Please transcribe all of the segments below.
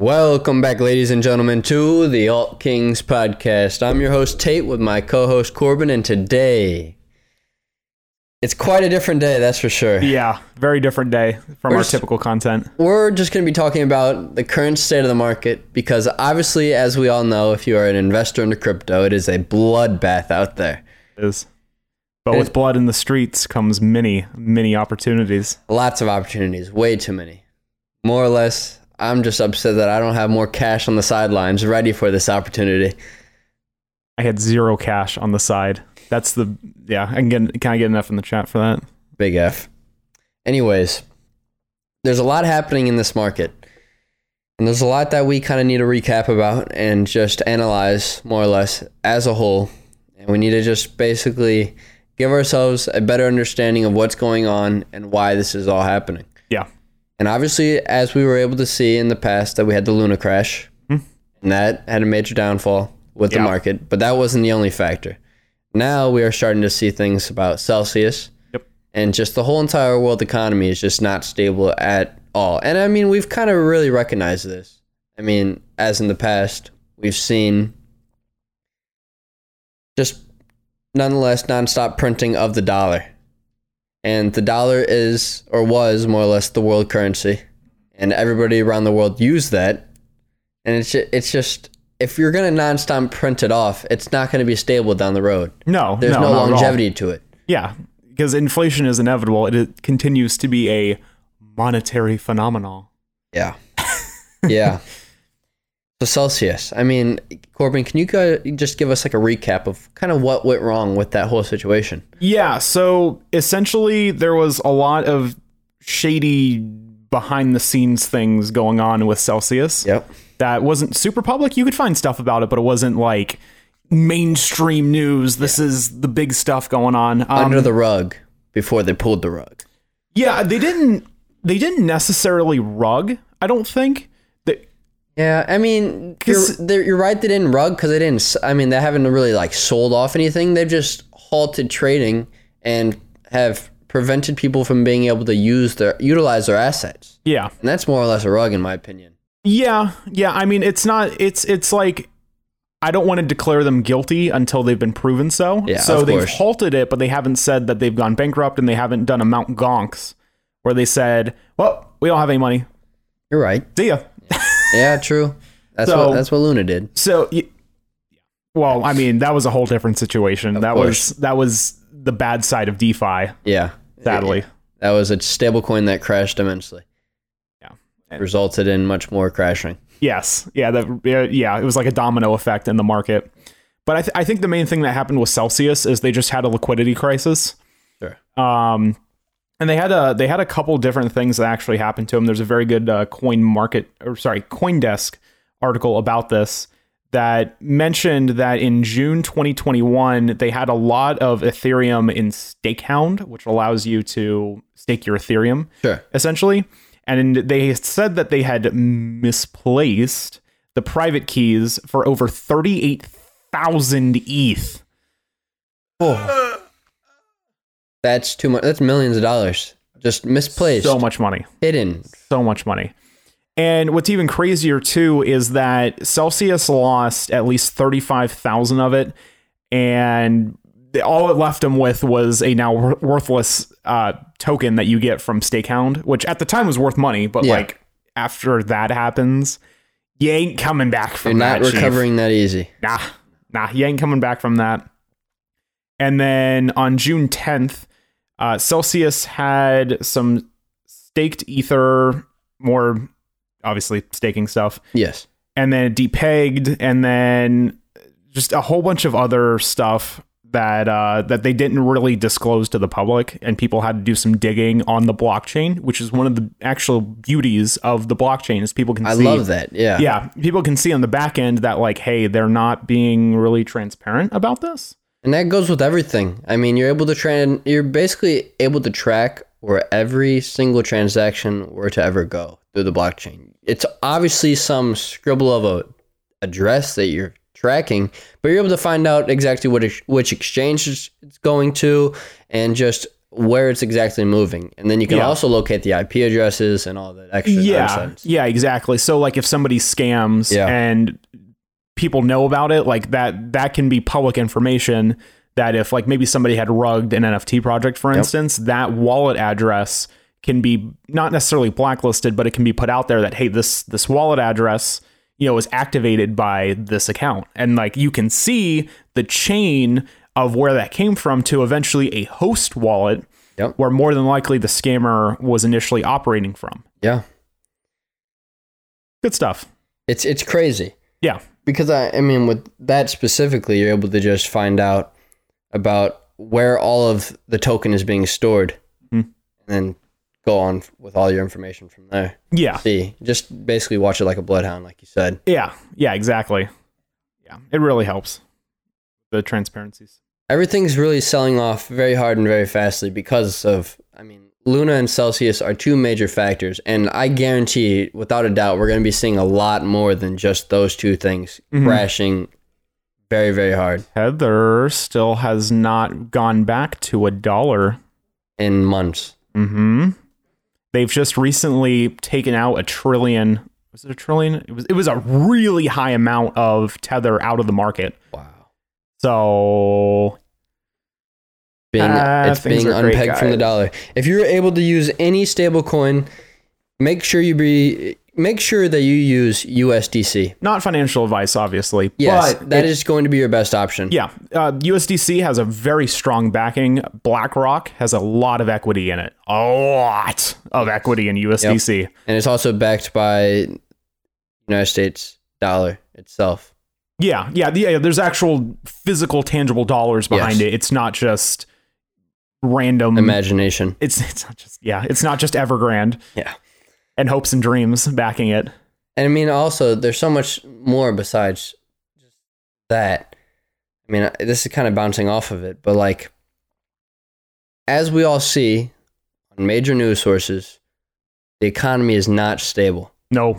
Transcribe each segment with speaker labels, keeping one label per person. Speaker 1: Welcome back, ladies and gentlemen, to the Alt Kings podcast. I'm your host, Tate, with my co host, Corbin, and today it's quite a different day, that's for sure.
Speaker 2: Yeah, very different day from
Speaker 1: We're
Speaker 2: our
Speaker 1: s-
Speaker 2: typical content.
Speaker 1: We're just going to be talking about the current state of the market because, obviously, as we all know, if you are an investor into crypto, it is a bloodbath out there.
Speaker 2: Is but with blood in the streets comes many, many opportunities.
Speaker 1: Lots of opportunities, way too many. More or less, I'm just upset that I don't have more cash on the sidelines ready for this opportunity.
Speaker 2: I had zero cash on the side. That's the yeah. I can get can I get enough in the chat for that?
Speaker 1: Big F. Anyways, there's a lot happening in this market. And there's a lot that we kind of need to recap about and just analyze more or less as a whole. And we need to just basically give ourselves a better understanding of what's going on and why this is all happening.
Speaker 2: Yeah,
Speaker 1: And obviously, as we were able to see in the past, that we had the Luna crash, and that had a major downfall with the
Speaker 2: Hmm. Yeah.
Speaker 1: market. But that wasn't the only factor. Now we are starting to see things about Celsius,
Speaker 2: Yep.
Speaker 1: and just the whole entire world economy is just not stable at all. And I mean, we've kind of really recognized this. I mean, as in the past, we've seen just nonetheless nonstop printing of the dollar. And the dollar is or was more or less the world currency. And everybody around the world used that. And it's ju- it's just if you're going to nonstop print it off, it's not going to be stable down the road.
Speaker 2: no,
Speaker 1: There's no,
Speaker 2: not at all.
Speaker 1: longevity to it.
Speaker 2: Yeah, because inflation is inevitable. It, it continues to be a monetary phenomenon.
Speaker 1: Yeah. yeah. So Celsius, I mean, Corbin, can you go, just give us like a recap of kind of what went wrong with that whole situation?
Speaker 2: Yeah, so essentially there was a lot of shady behind the scenes things going on with Celsius.
Speaker 1: Yep.
Speaker 2: That wasn't super public. You could find stuff about it, but it wasn't like mainstream news. This is the big stuff going on. Um,
Speaker 1: Under the rug before they pulled the rug.
Speaker 2: yeah, they didn't they didn't necessarily rug, I don't think. They,
Speaker 1: Yeah, I mean, you're,
Speaker 2: 'Cause-
Speaker 1: they're- you're right. They didn't rug because they didn't. s- I mean, they haven't really like sold off anything. They've just halted trading and have prevented people from being able to use their utilize their assets.
Speaker 2: yeah.
Speaker 1: And that's more or less a rug, in my opinion.
Speaker 2: Yeah, yeah. I mean, it's not. It's it's like I don't want to declare them guilty until they've been proven so.
Speaker 1: Yeah,
Speaker 2: so
Speaker 1: of
Speaker 2: they've
Speaker 1: course.
Speaker 2: halted it, but they haven't said that they've gone bankrupt, and they haven't done a Mount Gonks where they said, "Well, we don't have any money.
Speaker 1: You're right.
Speaker 2: See ya."
Speaker 1: Yeah, true. That's
Speaker 2: So-
Speaker 1: what that's what Luna did.
Speaker 2: So, y- well, I mean, that was a whole different situation. that
Speaker 1: course.
Speaker 2: was that was the bad side of DeFi,
Speaker 1: Yeah,
Speaker 2: sadly.
Speaker 1: that was a stablecoin that crashed immensely.
Speaker 2: Yeah.
Speaker 1: resulted in much more crashing.
Speaker 2: Yes. Yeah. That. yeah, Yeah. It was like a domino effect in the market. But I, th- I think the main thing that happened with Celsius is they just had a liquidity crisis.
Speaker 1: Sure.
Speaker 2: Um, and they had a they had a couple different things that actually happened to them. There's a very good uh, coin market or sorry CoinDesk article about this that mentioned that in June 2021 they had a lot of Ethereum in Stakehound, which allows you to stake your Ethereum
Speaker 1: Sure.
Speaker 2: essentially. And they said that they had misplaced the private keys for over E 38,000 ETH.
Speaker 1: That's too much. That's millions of dollars just misplaced,
Speaker 2: So much money.
Speaker 1: hidden.
Speaker 2: so much money. And what's even crazier too is that Celsius lost at least 35,000 of it and the- all it left them with was a now wor- worthless uh, token that you get from Stakehound, which at the time was worth money, but
Speaker 1: Yeah.
Speaker 2: like after that happens, you ain't coming back
Speaker 1: You're
Speaker 2: from
Speaker 1: not
Speaker 2: that, chief.
Speaker 1: recovering that easy.
Speaker 2: Nah, nah, you ain't coming back from that. And then on June 10th, uh, Celsius had some staked ether, more obviously staking stuff,
Speaker 1: Yes.
Speaker 2: and then it depegged, and then just a whole bunch of other stuff that uh, that they didn't really disclose to the public, and people had to do some digging on the blockchain, which is one of the actual beauties of the blockchain is people can
Speaker 1: I
Speaker 2: see
Speaker 1: love that. Yeah.
Speaker 2: yeah people can see on the back end that like hey they're not being really transparent about this
Speaker 1: And that goes with everything. I mean, you're able to tran you're basically able to track where every single transaction were to ever go through the blockchain. It's obviously some scribble of a address that you're tracking, but you're able to find out exactly what ex- which exchange it's- it's going to and just where it's exactly moving, and then you can
Speaker 2: Yeah.
Speaker 1: also locate the IP addresses and all that extra
Speaker 2: yeah
Speaker 1: nonsense.
Speaker 2: yeah exactly so like if somebody scams
Speaker 1: Yeah.
Speaker 2: and people know about it like that that can be public information that if like maybe somebody had rugged an nft project for instance that wallet address can be not necessarily blacklisted but it can be put out there that hey this this wallet address you know is activated by this account and like you can see the chain of where that came from to eventually a host wallet
Speaker 1: Yep.
Speaker 2: where more than likely the scammer was initially operating from
Speaker 1: Yeah,
Speaker 2: good stuff
Speaker 1: it's it's crazy.
Speaker 2: Yeah.
Speaker 1: because I, I mean with that specifically you're able to just find out about where all of the token is being stored
Speaker 2: Hmm.
Speaker 1: and then go on f- with all your information from there
Speaker 2: Yeah.
Speaker 1: see just basically watch it like a bloodhound like you said
Speaker 2: Yeah. Yeah, exactly. Yeah. It really helps. The transparencies.
Speaker 1: everything's really selling off very hard and very fastly because of i mean luna and celsius are two major factors and i guarantee without a doubt we're going to be seeing a lot more than just those two things
Speaker 2: Mhm.
Speaker 1: crashing very very hard
Speaker 2: Heather still has not gone back to a dollar.
Speaker 1: in months
Speaker 2: Mm-hmm. They've just recently taken out a trillion. Was it a trillion? It was it was a really high amount of tether out of the market.
Speaker 1: wow
Speaker 2: So
Speaker 1: being
Speaker 2: Ah,
Speaker 1: it's
Speaker 2: things
Speaker 1: being
Speaker 2: are great,
Speaker 1: unpegged from the
Speaker 2: guys.
Speaker 1: dollar. If you're able to use any stable coin, make sure you be make sure that you use USDC.
Speaker 2: not financial advice, obviously.
Speaker 1: Yes,
Speaker 2: but
Speaker 1: that is going to be your best option.
Speaker 2: Yeah, uh, USDC has a very strong backing. BlackRock has a lot of equity in it. A lot of equity in USDC.
Speaker 1: And it's also backed by United States dollar itself.
Speaker 2: Yeah, yeah, the- yeah. There's actual physical, tangible dollars behind
Speaker 1: Yes.
Speaker 2: it. It's not just random.
Speaker 1: Imagination.
Speaker 2: it's it's not just yeah. It's not just Evergrande.
Speaker 1: Yeah.
Speaker 2: and hopes and dreams backing it.
Speaker 1: And I mean also there's so much more besides just that. I mean, I- this is kind of bouncing off of it, but like as we all see on major news sources, the economy is not stable.
Speaker 2: No.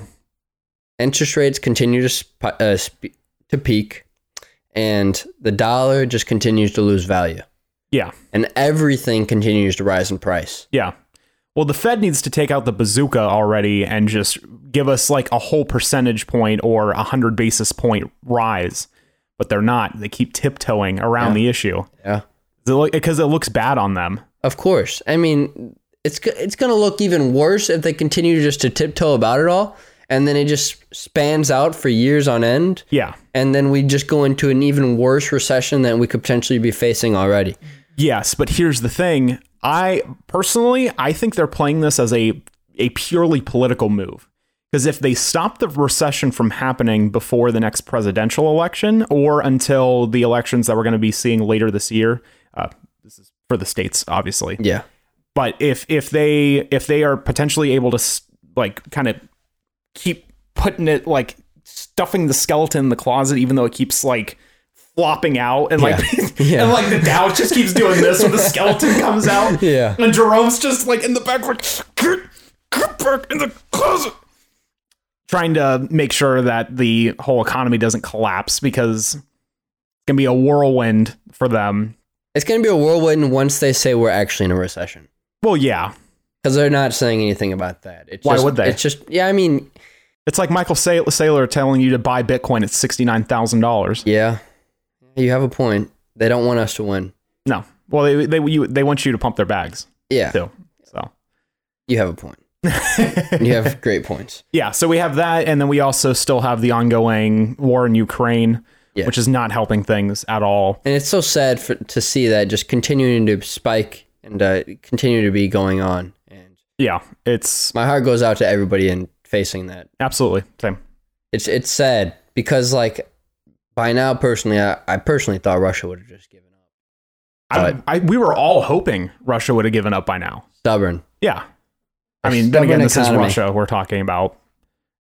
Speaker 1: interest rates continue to sp- uh, sp- to peak, and the dollar just continues to lose value,
Speaker 2: Yeah.
Speaker 1: and everything continues to rise in price.
Speaker 2: Yeah. Well, the Fed needs to take out the bazooka already and just give us like a whole percentage point or a hundred basis point rise, but they're not. They keep tiptoeing around
Speaker 1: Yeah.
Speaker 2: the issue
Speaker 1: Yeah,
Speaker 2: because it looks bad on them.
Speaker 1: of course. I mean, it's go- it's gonna look even worse if they continue just to tiptoe about it all, and then it just spans out for years on end,
Speaker 2: Yeah.
Speaker 1: and then we just go into an even worse recession than we could potentially be facing already.
Speaker 2: Yes, but here's the thing. I personally, I think they're playing this as a a purely political move. Because if they stop the recession from happening before the next presidential election or until the elections that we're going to be seeing later this year, uh, this is for the states, obviously.
Speaker 1: Yeah,
Speaker 2: but if if they if they are potentially able to s- like kind of keep putting it like stuffing the skeleton in the closet even though it keeps like flopping out and like
Speaker 1: Yeah.
Speaker 2: and like the Dow just keeps doing this when the skeleton comes out
Speaker 1: Yeah.
Speaker 2: and Jerome's just like in the back like get, get back in the closet trying to make sure that the whole economy doesn't collapse because it's gonna be a whirlwind for them
Speaker 1: it's gonna be a whirlwind once they say we're actually in a recession.
Speaker 2: well yeah
Speaker 1: Because they're not saying anything about that. It's
Speaker 2: Why
Speaker 1: just,
Speaker 2: would they?
Speaker 1: It's just yeah. I mean,
Speaker 2: It's like Michael Sa- Saylor telling you to buy Bitcoin at sixty nine thousand dollars.
Speaker 1: yeah, you have a point. They don't want us to win.
Speaker 2: No, well they they you, they want you to pump their bags
Speaker 1: Yeah,
Speaker 2: too. So
Speaker 1: you have a point. You have great points.
Speaker 2: yeah, so we have that, and then we also still have the ongoing war in Ukraine,
Speaker 1: Yeah.
Speaker 2: which is not helping things at all.
Speaker 1: And it's so sad for, to see that just continuing to spike and uh, continue to be going on. And
Speaker 2: Yeah, it's
Speaker 1: my heart goes out to everybody in facing that.
Speaker 2: absolutely same.
Speaker 1: It's it's sad because like by now, personally, I, I personally thought Russia would have just given up.
Speaker 2: I,
Speaker 1: But-
Speaker 2: I, we were all hoping Russia would have given up by now.
Speaker 1: Stubborn.
Speaker 2: Yeah, I
Speaker 1: A
Speaker 2: mean, then again,
Speaker 1: stubborn
Speaker 2: this
Speaker 1: economy.
Speaker 2: is Russia we're talking about.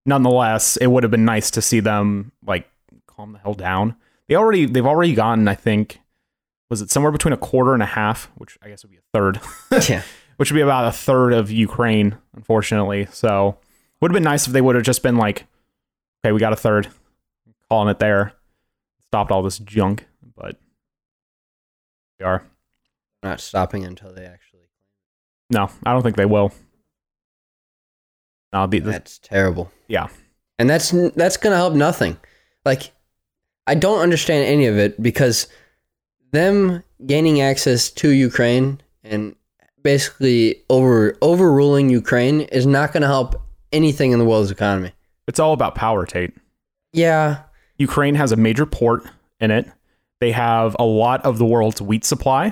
Speaker 2: Nonetheless, it would have been nice to see them like calm the hell down. They already they've already gotten, I think, was it somewhere between a quarter and a half, which I guess would be a third,
Speaker 1: yeah.
Speaker 2: which would be about a third of Ukraine, unfortunately. So would have been nice if they would have just been like, okay, we got a third, calling it there, stopped all this junk. But we are
Speaker 1: not stopping until they actually.
Speaker 2: No, I don't think they will. No, the, the,
Speaker 1: That's terrible.
Speaker 2: Yeah.
Speaker 1: And that's that's going to help nothing. Like I don't understand any of it because them gaining access to Ukraine and basically over overruling Ukraine is not going to help anything in the world's economy.
Speaker 2: it's all about power, Tate.
Speaker 1: Yeah,
Speaker 2: Ukraine has a major port in it. They have a lot of the world's wheat supply.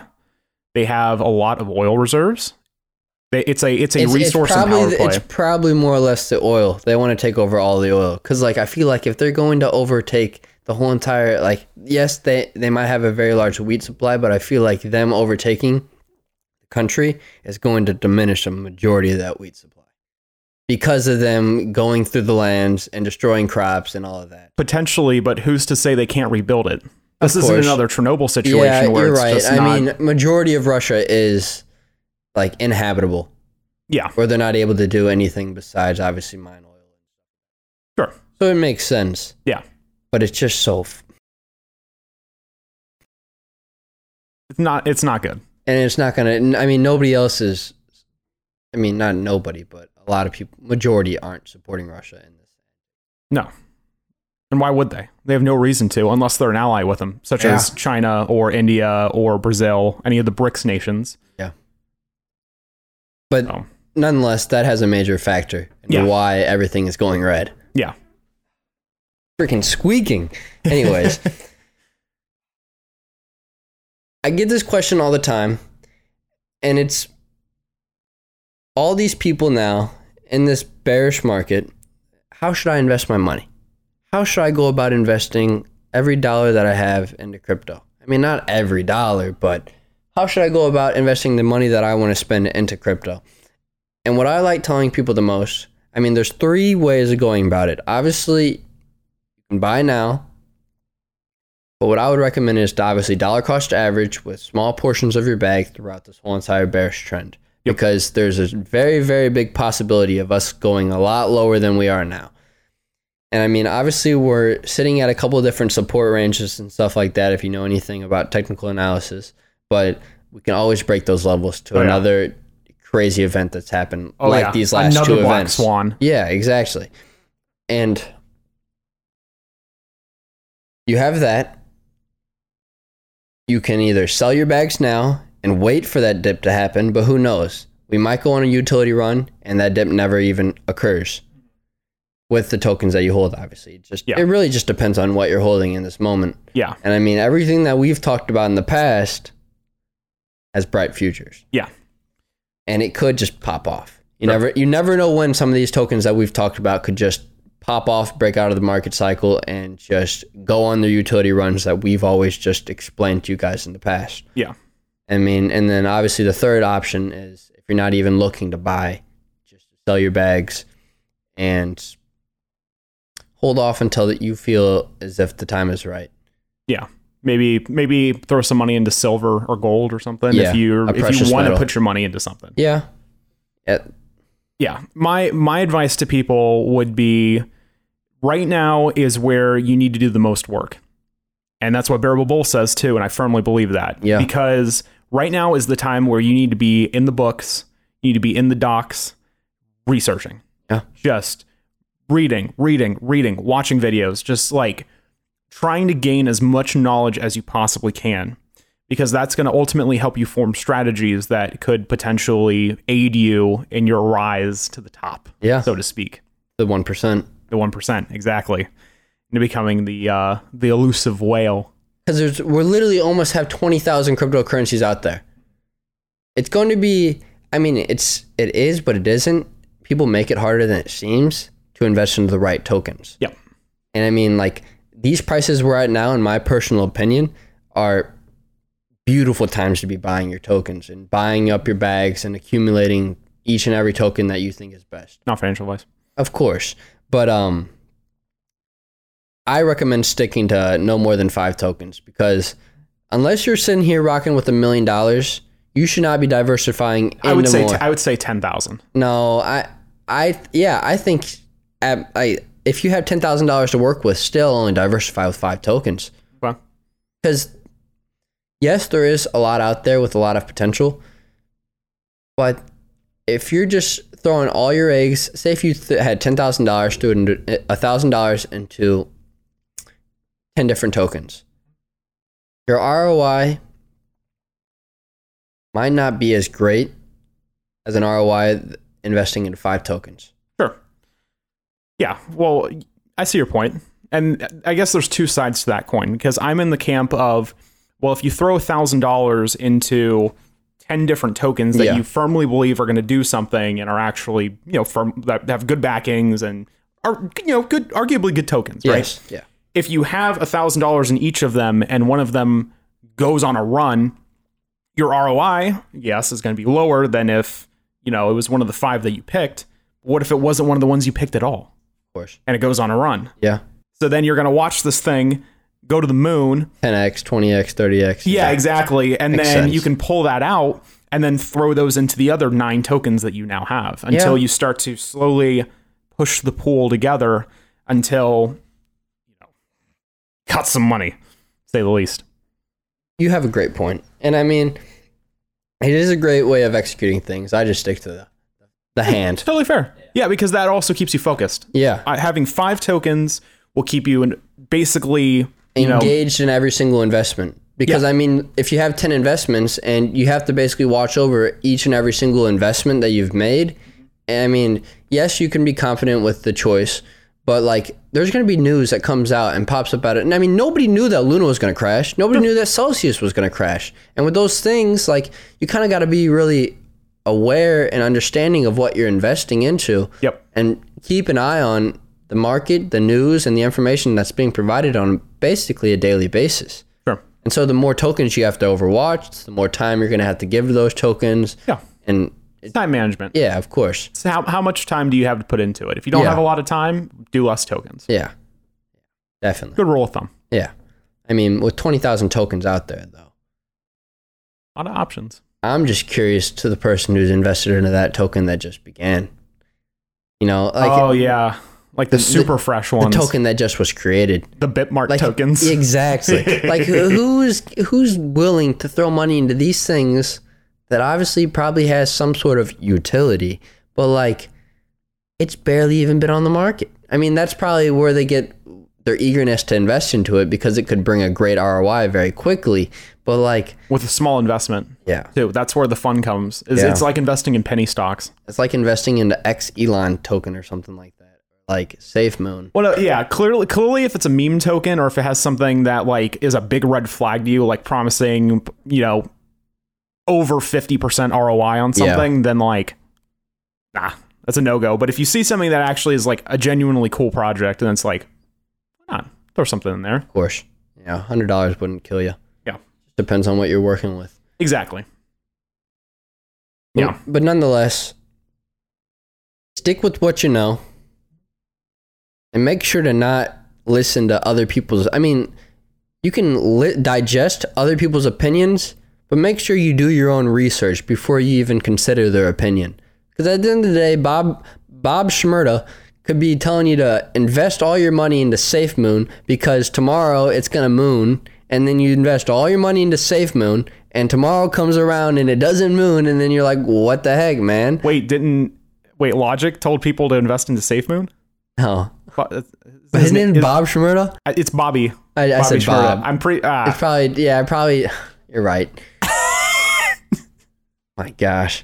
Speaker 2: They have a lot of oil reserves. They, it's a it's a resource and
Speaker 1: probably
Speaker 2: power
Speaker 1: the-
Speaker 2: play.
Speaker 1: it's probably more or less the oil. They want to take over all the oil because, like, I feel like if they're going to overtake the whole entire, like, yes, they they might have a very large wheat supply, but I feel like them overtaking the country is going to diminish a majority of that wheat supply because of them going through the lands and destroying crops and all of that.
Speaker 2: potentially, but who's to say they can't rebuild it? This
Speaker 1: Of
Speaker 2: isn't
Speaker 1: course.
Speaker 2: another Chernobyl situation where
Speaker 1: you're
Speaker 2: it's
Speaker 1: right.
Speaker 2: just
Speaker 1: I
Speaker 2: not.
Speaker 1: mean, majority of Russia is like inhabitable.
Speaker 2: Yeah.
Speaker 1: Where they're not able to do anything besides obviously mine oil.
Speaker 2: Sure.
Speaker 1: So it makes sense.
Speaker 2: Yeah.
Speaker 1: But it's just so, f-
Speaker 2: it's not. It's not good.
Speaker 1: and it's not going to, I mean, nobody else is, I mean, not nobody, but a lot of people, majority aren't supporting Russia in this.
Speaker 2: No. And why would they? They have no reason to, unless they're an ally with them, such
Speaker 1: Yeah.
Speaker 2: as China or India or Brazil, any of the BRICS nations.
Speaker 1: But
Speaker 2: Oh.
Speaker 1: nonetheless, that has a major factor in
Speaker 2: Yeah.
Speaker 1: why everything is going red.
Speaker 2: Yeah.
Speaker 1: freaking squeaking. Anyways, I get this question all the time, and it's all these people now in this bearish market. How should I invest my money? How should I go about investing every dollar that I have into crypto? I mean, not every dollar, but how should I go about investing the money that I want to spend into crypto? And what I like telling people the most, I mean, there's three ways of going about it. Obviously, can buy now. But what I would recommend is to obviously dollar cost average with small portions of your bag throughout this whole entire bearish trend.
Speaker 2: Yep.
Speaker 1: Because there's a very, very big possibility of us going a lot lower than we are now. And I mean, obviously, we're sitting at a couple of different support ranges and stuff like that if you know anything about technical analysis. But we can always break those levels to
Speaker 2: Oh, yeah.
Speaker 1: another crazy event that's happened,
Speaker 2: Oh,
Speaker 1: like
Speaker 2: yeah.
Speaker 1: these last
Speaker 2: another
Speaker 1: two
Speaker 2: black
Speaker 1: events.
Speaker 2: swan.
Speaker 1: Yeah, exactly. And you have that. You can either sell your bags now and wait for that dip to happen, but who knows? We might go on a utility run and that dip never even occurs with the tokens that you hold, obviously. It just
Speaker 2: Yeah.
Speaker 1: it really just depends on what you're holding in this moment.
Speaker 2: Yeah.
Speaker 1: And I mean everything that we've talked about in the past has bright futures
Speaker 2: Yeah.
Speaker 1: and it could just pop off. You
Speaker 2: Right.
Speaker 1: never you never know when some of these tokens that we've talked about could just pop off, break out of the market cycle, and just go on their utility runs that we've always just explained to you guys in the past.
Speaker 2: Yeah.
Speaker 1: I mean, and then obviously the third option is if you're not even looking to buy, just sell your bags and hold off until that you feel as if the time is right.
Speaker 2: Yeah. Maybe maybe throw some money into silver or gold or something
Speaker 1: Yeah,
Speaker 2: if you
Speaker 1: a
Speaker 2: if
Speaker 1: precious
Speaker 2: you want to
Speaker 1: metal.
Speaker 2: put your money into something.
Speaker 1: Yeah. Yeah.
Speaker 2: yeah my my advice to people would be right now is where you need to do the most work and that's what bearable bull says too and i firmly believe that
Speaker 1: Yeah.
Speaker 2: because right now is the time where you need to be in the books you need to be in the docs researching
Speaker 1: Yeah.
Speaker 2: just reading reading reading watching videos just like trying to gain as much knowledge as you possibly can because that's going to ultimately help you form strategies that could potentially aid you in your rise to the top,
Speaker 1: Yeah.
Speaker 2: so to speak.
Speaker 1: the one percent.
Speaker 2: The one percent, exactly, into becoming the uh, the elusive whale.
Speaker 1: because there's we literally almost have twenty thousand cryptocurrencies out there. It's going to be. I mean, it's it is, but it isn't. People make it harder than it seems to invest into the right tokens.
Speaker 2: Yep.
Speaker 1: And I mean, like these prices we're at now, in my personal opinion, are beautiful times to be buying your tokens and buying up your bags and accumulating each and every token that you think is best.
Speaker 2: Not financial advice.
Speaker 1: Of course, but um, I recommend sticking to no more than five tokens because unless you're sitting here rocking with a million dollars, you should not be diversifying into
Speaker 2: I would say
Speaker 1: more.
Speaker 2: t- I would say ten thousand.
Speaker 1: no, I, I, yeah, I think, at, I, if you have ten thousand dollars to work with, still only diversify with five tokens
Speaker 2: Well,
Speaker 1: because yes, there is a lot out there with a lot of potential, but if you're just throwing all your eggs, say if you th- had ten thousand dollars to a thousand dollars into ten different tokens, your ROI might not be as great as an ROI th- investing in five tokens.
Speaker 2: Sure. Yeah. Well, I see your point. And I guess there's two sides to that coin because I'm in the camp of, well, if you throw $1,000 into 10 different tokens that
Speaker 1: Yeah.
Speaker 2: you firmly believe are going to do something and are actually, you know, firm, that have good backings and are, you know, good, arguably good tokens, right?
Speaker 1: Yes. Yeah.
Speaker 2: if you have $1,000 in each of them and one of them goes on a run, your ROI, yes, is going to be lower than if, you know, it was one of the five that you picked. What if it wasn't one of the ones you picked at all
Speaker 1: Of course.
Speaker 2: and it goes on a run?
Speaker 1: Yeah.
Speaker 2: So then you're going to watch this thing go to the moon.
Speaker 1: Ten x, twenty x, thirty x.
Speaker 2: Yeah, exactly. And
Speaker 1: Makes
Speaker 2: then
Speaker 1: sense.
Speaker 2: you can pull that out and then throw those into the other nine tokens that you now have until
Speaker 1: Yeah.
Speaker 2: you start to slowly push the pool together until, you know, got some money, to say the least.
Speaker 1: You have a great point, and I mean, it is a great way of executing things. I just stick to the the hand.
Speaker 2: Totally fair. Yeah, because that also keeps you focused.
Speaker 1: Yeah.
Speaker 2: Uh, having five tokens will keep you in basically, you know,
Speaker 1: engaged in every single investment. Because I mean, if you have ten investments and you have to basically watch over each and every single investment that you've made, I mean, yes, you can be confident with the choice, but like, there's going to be news that comes out and pops up about it. And I mean, nobody knew that Luna was going to crash. Nobody knew that Celsius was going to crash. And with those things, like, you kind of got to be really aware and understanding of what you're investing into
Speaker 2: Yep.
Speaker 1: and keep an eye on the market, the news, and the information that's being provided on basically a daily basis.
Speaker 2: Sure.
Speaker 1: And so, the more tokens you have to overwatch, the more time you're going to have to give to those tokens.
Speaker 2: Yeah.
Speaker 1: And
Speaker 2: It's time management.
Speaker 1: yeah, of course.
Speaker 2: So how, how much time do you have to put into it? If you don't
Speaker 1: Yeah.
Speaker 2: have a lot of time, do less tokens.
Speaker 1: Yeah, definitely.
Speaker 2: Good rule of thumb.
Speaker 1: Yeah. I mean, with 20,000 tokens out there, though,
Speaker 2: A lot of options.
Speaker 1: I'm just curious to the person who's invested into that token that just began. You know, like
Speaker 2: oh yeah, like the,
Speaker 1: the-
Speaker 2: super fresh
Speaker 1: the
Speaker 2: ones, the,
Speaker 1: token that just was created.
Speaker 2: Bitmart
Speaker 1: like
Speaker 2: tokens.
Speaker 1: exactly like who's who's willing to throw money into these things that obviously probably has some sort of utility but like it's barely even been on the market i mean that's probably where they get their eagerness to invest into it because it could bring a great roi very quickly but like
Speaker 2: With a small investment
Speaker 1: yeah
Speaker 2: too. That's where the fun comes. Is
Speaker 1: Yeah.
Speaker 2: It's like investing in penny stocks.
Speaker 1: it's like investing into x elon token or something like that like safe moon
Speaker 2: Well, no, yeah, clearly, clearly, if it's a meme token or if it has something that like is a big red flag to you, like promising, you know, over fifty percent ROI on
Speaker 1: Yeah.
Speaker 2: something, then like, nah, that's a no go. But if you see something that actually is like a genuinely cool project, and it's like, why not throw something in there?
Speaker 1: of course yeah $100 wouldn't kill you
Speaker 2: Yeah.
Speaker 1: depends on what you're working with
Speaker 2: Exactly.
Speaker 1: But-
Speaker 2: Yeah.
Speaker 1: But nonetheless, stick with what you know and make sure to not listen to other people's. I mean, you can li- digest other people's opinions, but make sure you do your own research before you even consider their opinion. Because at the end of the day, Bob Bob Schmerda could be telling you to invest all your money into Safe Moon because tomorrow it's gonna moon, and then you invest all your money into Safe Moon, and tomorrow comes around and it doesn't moon, and then you're like, what the heck, man?
Speaker 2: Wait, didn't wait? Logic told people to invest into SafeMoon.
Speaker 1: No,
Speaker 2: Bo- His,
Speaker 1: his
Speaker 2: name-
Speaker 1: name
Speaker 2: his-
Speaker 1: Bob Schmerda.
Speaker 2: uh, It's Bobby.
Speaker 1: I, I
Speaker 2: Bobby
Speaker 1: said
Speaker 2: Shmurda.
Speaker 1: Bob.
Speaker 2: I'm pretty. ah.
Speaker 1: It's probably yeah, probably you're right. My gosh.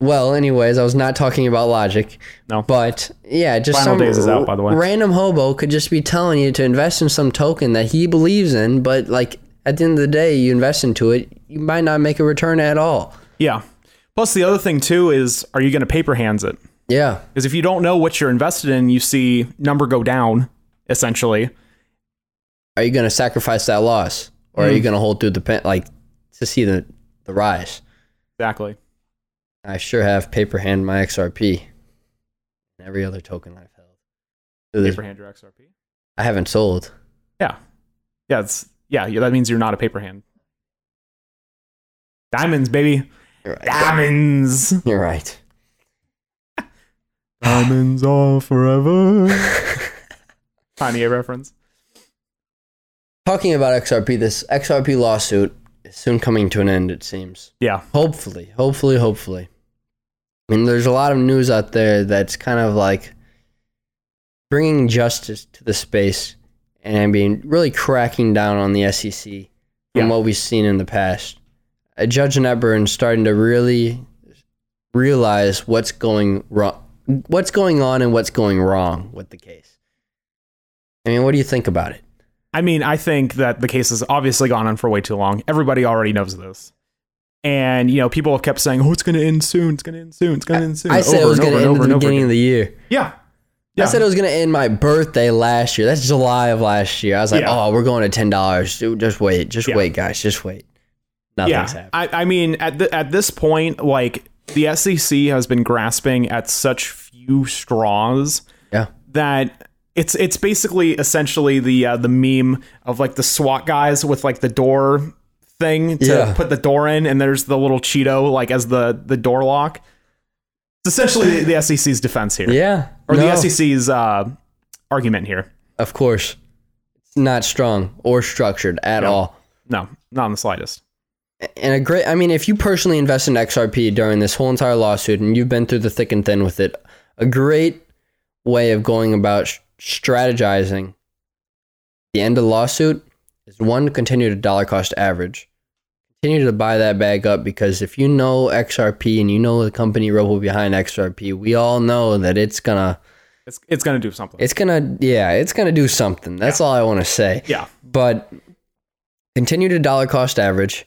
Speaker 1: Well, anyways, I was not talking about logic.
Speaker 2: No.
Speaker 1: But yeah, just
Speaker 2: Final
Speaker 1: some
Speaker 2: Days is out, by the way.
Speaker 1: random hobo could just be telling you to invest in some token that he believes in, but like at the end of the day, you invest into it, you might not make a return at all.
Speaker 2: Yeah. Plus, the other thing too is, are you going to paper hands it?
Speaker 1: Yeah.
Speaker 2: Because if you don't know what you're invested in, you see number go down essentially.
Speaker 1: Are you going to sacrifice that loss, or
Speaker 2: Hmm.
Speaker 1: are you going to hold through the pen, like to see the the rise?
Speaker 2: Exactly.
Speaker 1: I sure have paper hand my XRP and every other token I've held. So this-
Speaker 2: Paper hand your XRP.
Speaker 1: I haven't sold.
Speaker 2: Yeah. Yeah. It's yeah. yeah, That means you're not a paper hand. Diamonds, baby.
Speaker 1: You're right.
Speaker 2: Ah. Diamonds.
Speaker 1: You're right.
Speaker 2: Diamonds are forever. Kanye reference.
Speaker 1: Talking about XRP, this XRP lawsuit is soon coming to an end, it seems.
Speaker 2: Yeah.
Speaker 1: Hopefully, hopefully, hopefully. I mean, there's a lot of news out there that's kind of like bringing justice to the space and being really cracking down on the SEC from
Speaker 2: Yeah.
Speaker 1: what we've seen in the past. Uh, Judge Netburn starting to really realize what's going wrong, what's going on, and what's going wrong with the case. I mean, what do you think about it?
Speaker 2: I mean, I think that the case has obviously gone on for way too long. Everybody already knows this. And, you know, people have kept saying, oh, it's going to end soon. It's going to end soon. It's going to end soon.
Speaker 1: I said it
Speaker 2: over
Speaker 1: was
Speaker 2: and
Speaker 1: going to
Speaker 2: over
Speaker 1: end at
Speaker 2: and over and
Speaker 1: the
Speaker 2: over
Speaker 1: beginning
Speaker 2: again.
Speaker 1: of the year.
Speaker 2: Yeah. Yeah.
Speaker 1: I said it was going to end my birthday last year. That's July of last year. I was like,
Speaker 2: Yeah.
Speaker 1: oh, we're going to ten dollars. Just wait, just
Speaker 2: Yeah.
Speaker 1: wait, guys, just wait. Nothing's happened.
Speaker 2: I, I mean, at the, at this point, like the SEC has been grasping at such few straws
Speaker 1: Yeah.
Speaker 2: that it's it's basically essentially the uh, the meme of like the SWAT guys with like the door thing to
Speaker 1: Yeah.
Speaker 2: put the door in, and there's the little Cheeto like as the the door lock. It's essentially the, the SEC's defense here,
Speaker 1: Yeah.
Speaker 2: or
Speaker 1: No.
Speaker 2: the SEC's uh, argument here.
Speaker 1: Of course. It's not strong or structured at all.
Speaker 2: No, not in the slightest.
Speaker 1: And a great, I mean, if you personally invest in XRP during this whole entire lawsuit and you've been through the thick and thin with it, a great way of going about s- strategizing the end of the lawsuit is one, continue to dollar cost average. Continue to buy that bag up because if you know XRP and you know the company Robo behind XRP, we all know that it's gonna,
Speaker 2: It's it's gonna do something.
Speaker 1: it's gonna, yeah, it's gonna do something. That's all I want to say.
Speaker 2: yeah,
Speaker 1: but continue to dollar cost average.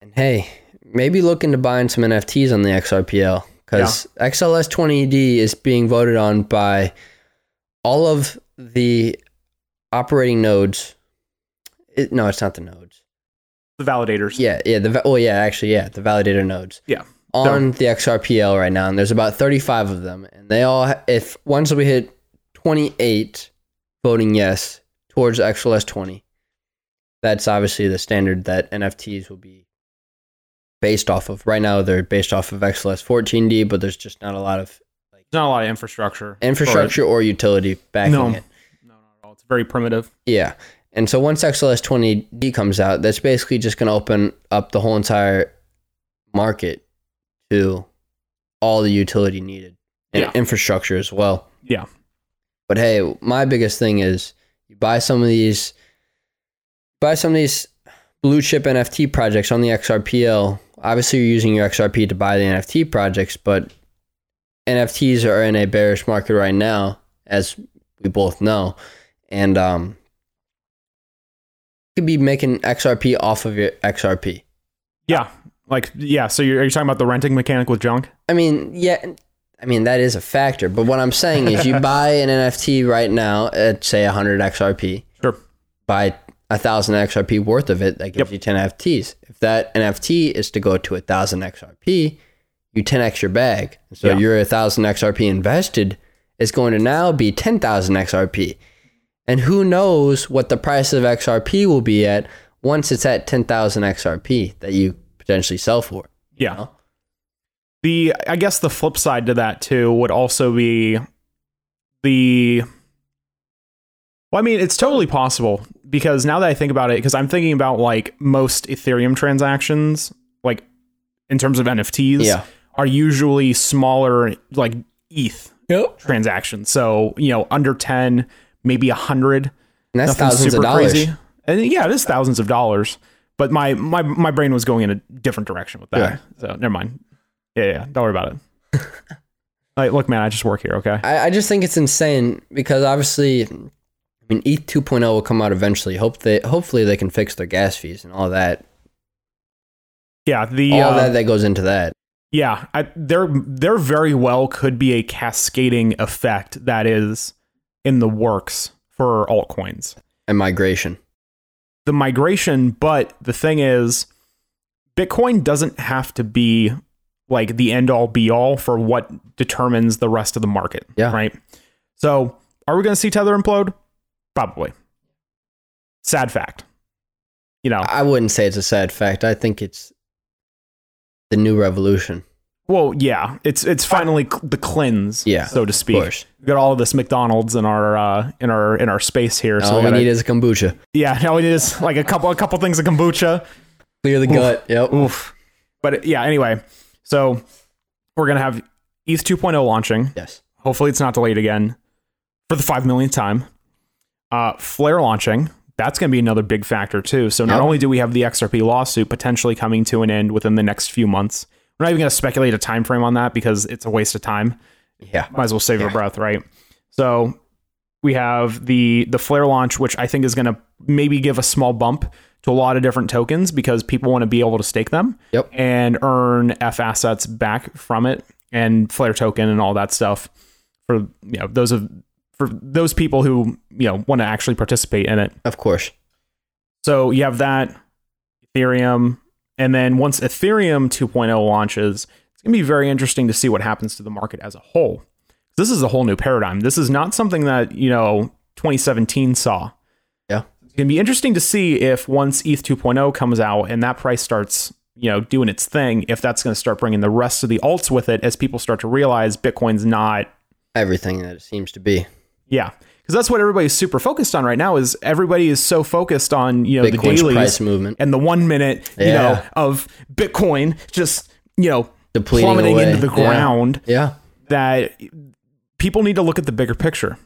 Speaker 1: And hey, maybe look into buying some NFTs on the XRPL because XLS 20ED E is being voted on by all of the operating nodes. It, no, it's not the nodes.
Speaker 2: the validators.
Speaker 1: Yeah, yeah. The va- oh, yeah. Actually, yeah, the validator nodes
Speaker 2: yeah.
Speaker 1: on the XRPL right now, and there's about 35 of them, and they all ha- if once we hit 28 voting yes towards XLS 20, that's obviously the standard that NFTs will be based off of. Right now, they're based off of XLS 14D, but there's just not a lot of
Speaker 2: There's not a lot of infrastructure. for it.
Speaker 1: infrastructure or utility backing
Speaker 2: No.
Speaker 1: it.
Speaker 2: No, not at all. It's very primitive.
Speaker 1: Yeah. And so once XLS 20D comes out, that's basically just going to open up the whole entire market to all the utility needed and
Speaker 2: Yeah.
Speaker 1: infrastructure as well.
Speaker 2: Yeah.
Speaker 1: But hey, my biggest thing is you buy some of these buy some of these blue chip NFT projects on the XRPL. Obviously, you're using your XRP to buy the NFT projects, but NFTs are in a bearish market right now, as we both know, and um, you could be making XRP off of your XRP.
Speaker 2: Yeah. Like, yeah. So you're, are you talking about the renting mechanic with junk?
Speaker 1: I mean, yeah, I mean that is a factor. But what I'm saying is, you buy an NFT right now at say 100 XRP,
Speaker 2: Sure.
Speaker 1: buy a thousand XRP worth of it, that gives
Speaker 2: Yep.
Speaker 1: you 10 NFTs. If that NFT is to go to a thousand XRP, you 10x your bag. So
Speaker 2: Yeah.
Speaker 1: your thousand XRP invested is going to now be 10,000 XRP. And who knows what the price of XRP will be at once it's at 10,000 XRP that you potentially sell for.
Speaker 2: Yeah. The, I guess the flip side to that too would also be the, well, I mean, it's totally possible because now that I think about it, because I'm thinking about like most Ethereum transactions, like in terms of NFTs,
Speaker 1: Yeah.
Speaker 2: are usually smaller, like ETH
Speaker 1: Yep.
Speaker 2: transactions. So, you know, under 10, maybe 100.
Speaker 1: And that's
Speaker 2: Nothing
Speaker 1: thousands of
Speaker 2: super
Speaker 1: dollars.
Speaker 2: crazy. And yeah, it is thousands of dollars. But my my my brain was going in a different direction with that.
Speaker 1: Yeah.
Speaker 2: So never mind. Yeah, yeah. Don't worry about it. like, look, man, I just work here. Okay.
Speaker 1: I, I just think it's insane because obviously, I mean, E ETH 2.0 will come out eventually. Hope they, hopefully, they can fix their gas fees and all that.
Speaker 2: Yeah. The
Speaker 1: All
Speaker 2: uh,
Speaker 1: that that goes into that.
Speaker 2: yeah. I, there there very well could be a cascading effect that is in the works for altcoins.
Speaker 1: and migration.
Speaker 2: the migration, but the thing is, Bitcoin doesn't have to be like the end all be all for what determines the rest of the market.
Speaker 1: Yeah.
Speaker 2: Right. So are we going to see Tether implode? Probably. Sad fact. You know,
Speaker 1: I wouldn't say it's a sad fact. I think it's the new revolution.
Speaker 2: Well, yeah, it's it's finally cl- the cleanse,
Speaker 1: Yeah,
Speaker 2: so to speak.
Speaker 1: course.
Speaker 2: We got all of this McDonald's in our uh, in our in our space here. So
Speaker 1: All
Speaker 2: we
Speaker 1: we
Speaker 2: gotta-
Speaker 1: need is a kombucha.
Speaker 2: yeah, now it is like a couple a couple things of kombucha.
Speaker 1: Clear the gut. Yep.
Speaker 2: Oof. But yeah, anyway, so we're gonna have E ETH 2.0 launching.
Speaker 1: Yes.
Speaker 2: Hopefully, it's not delayed again for the five millionth time. Uh, Flare launching. That's going to be another big factor too. So not
Speaker 1: Yep.
Speaker 2: only do we have the XRP lawsuit potentially coming to an end within the next few months, we're not even going to speculate a time frame on that because it's a waste of time
Speaker 1: Yeah.
Speaker 2: might as well save our breath, right? So we have the the flare launch, which I think is going to maybe give a small bump to a lot of different tokens because people want to be able to stake them
Speaker 1: Yep.
Speaker 2: and earn F assets back from it and flare token and all that stuff for you know those of for those people who you know want to actually participate in it.
Speaker 1: Of course.
Speaker 2: So you have that Ethereum, and then once Ethereum 2.0 launches, it's going to be very interesting to see what happens to the market as a whole. This is a whole new paradigm. This is not something that you know 2017 saw.
Speaker 1: Yeah.
Speaker 2: It's going to be interesting to see if once E ETH 2.0 comes out and that price starts you know doing its thing, if that's going to start bringing the rest of the alts with it as people start to realize Bitcoin's not
Speaker 1: Everything that it seems to be.
Speaker 2: yeah. Because that's what everybody's super focused on right now. Is everybody is so focused on you know the
Speaker 1: Bitcoin's
Speaker 2: dailies
Speaker 1: price movement.
Speaker 2: and the one minute you know
Speaker 1: Yeah.
Speaker 2: of Bitcoin just you know
Speaker 1: Depleting
Speaker 2: plummeting
Speaker 1: away.
Speaker 2: into the
Speaker 1: Yeah.
Speaker 2: ground
Speaker 1: Yeah.
Speaker 2: that people need to look at the bigger picture.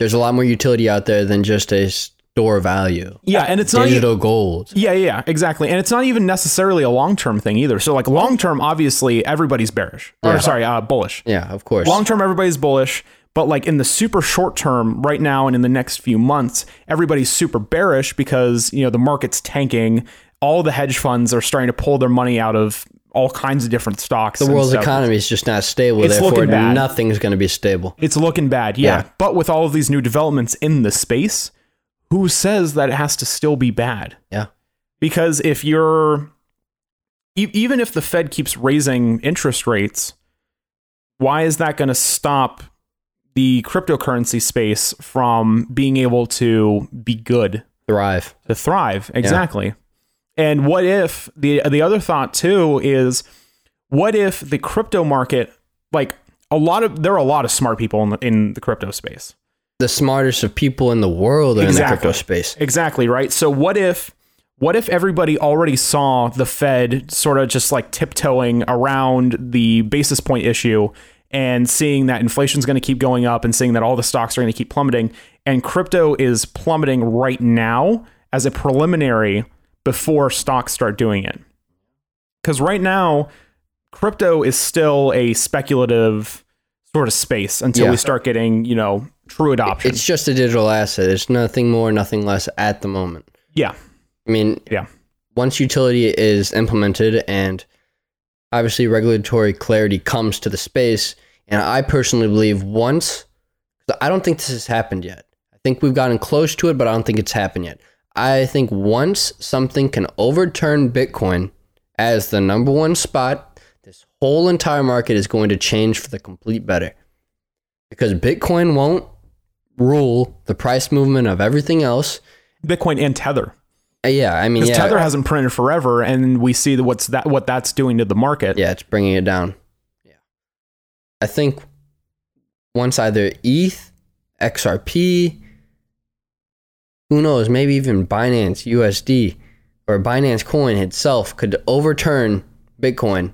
Speaker 1: There's a lot more utility out there than just a store value.
Speaker 2: Yeah, and it's not e-
Speaker 1: Digital gold.
Speaker 2: yeah, yeah, yeah, exactly. And it's not even necessarily a long term thing either. So like long term, obviously everybody's bearish. Or
Speaker 1: Uh-huh.
Speaker 2: sorry, uh, bullish.
Speaker 1: Yeah, of course.
Speaker 2: Long term, everybody's bullish, but like in the super short term, right now and in the next few months, everybody's super bearish because you know the market's tanking. All the hedge funds are starting to pull their money out of all kinds of different stocks.
Speaker 1: the
Speaker 2: and
Speaker 1: world's
Speaker 2: stuff.
Speaker 1: economy is just not stable.
Speaker 2: It's
Speaker 1: Therefore,
Speaker 2: looking bad.
Speaker 1: nothing's going to be stable.
Speaker 2: It's looking bad, yeah.
Speaker 1: Yeah.
Speaker 2: But with all of these new developments in the space, who says that it has to still be bad?
Speaker 1: Yeah.
Speaker 2: Because if you're, e- even if the Fed keeps raising interest rates, why is that going to stop the cryptocurrency space from being able to be good,
Speaker 1: Thrive.
Speaker 2: to thrive? Exactly. And what if the the other thought too is, what if the crypto market, like a lot of there are a lot of smart people in the, in the crypto space.
Speaker 1: The smartest of people in the world are in the
Speaker 2: Exactly.
Speaker 1: crypto space.
Speaker 2: Exactly, right? So what if what if everybody already saw the Fed sort of just like tiptoeing around the basis point issue and seeing that inflation's going to keep going up and seeing that all the stocks are going to keep plummeting and crypto is plummeting right now as a preliminary before stocks start doing it. Cuz right now crypto is still a speculative sort of space until
Speaker 1: Yeah.
Speaker 2: we start getting, you know, true adoption.
Speaker 1: It's just a digital asset. It's nothing more, nothing less at the moment.
Speaker 2: yeah.
Speaker 1: I mean,
Speaker 2: Yeah.
Speaker 1: once utility is implemented and obviously regulatory clarity comes to the space, and I personally believe once, 'cause I don't think this has happened yet. I think we've gotten close to it, but I don't think it's happened yet. I think once something can overturn Bitcoin as the number one spot, this whole entire market is going to change for the complete better. Because Bitcoin won't rule the price movement of everything else.
Speaker 2: Bitcoin and Tether.
Speaker 1: Uh, Yeah, I mean,
Speaker 2: Because
Speaker 1: yeah,
Speaker 2: Tether hasn't printed forever, and we see that what's that what that's doing to the market.
Speaker 1: Yeah, it's bringing it down. Yeah. I think once either E ETH, XRP, who knows, maybe even Binance USD or Binance coin itself could overturn Bitcoin.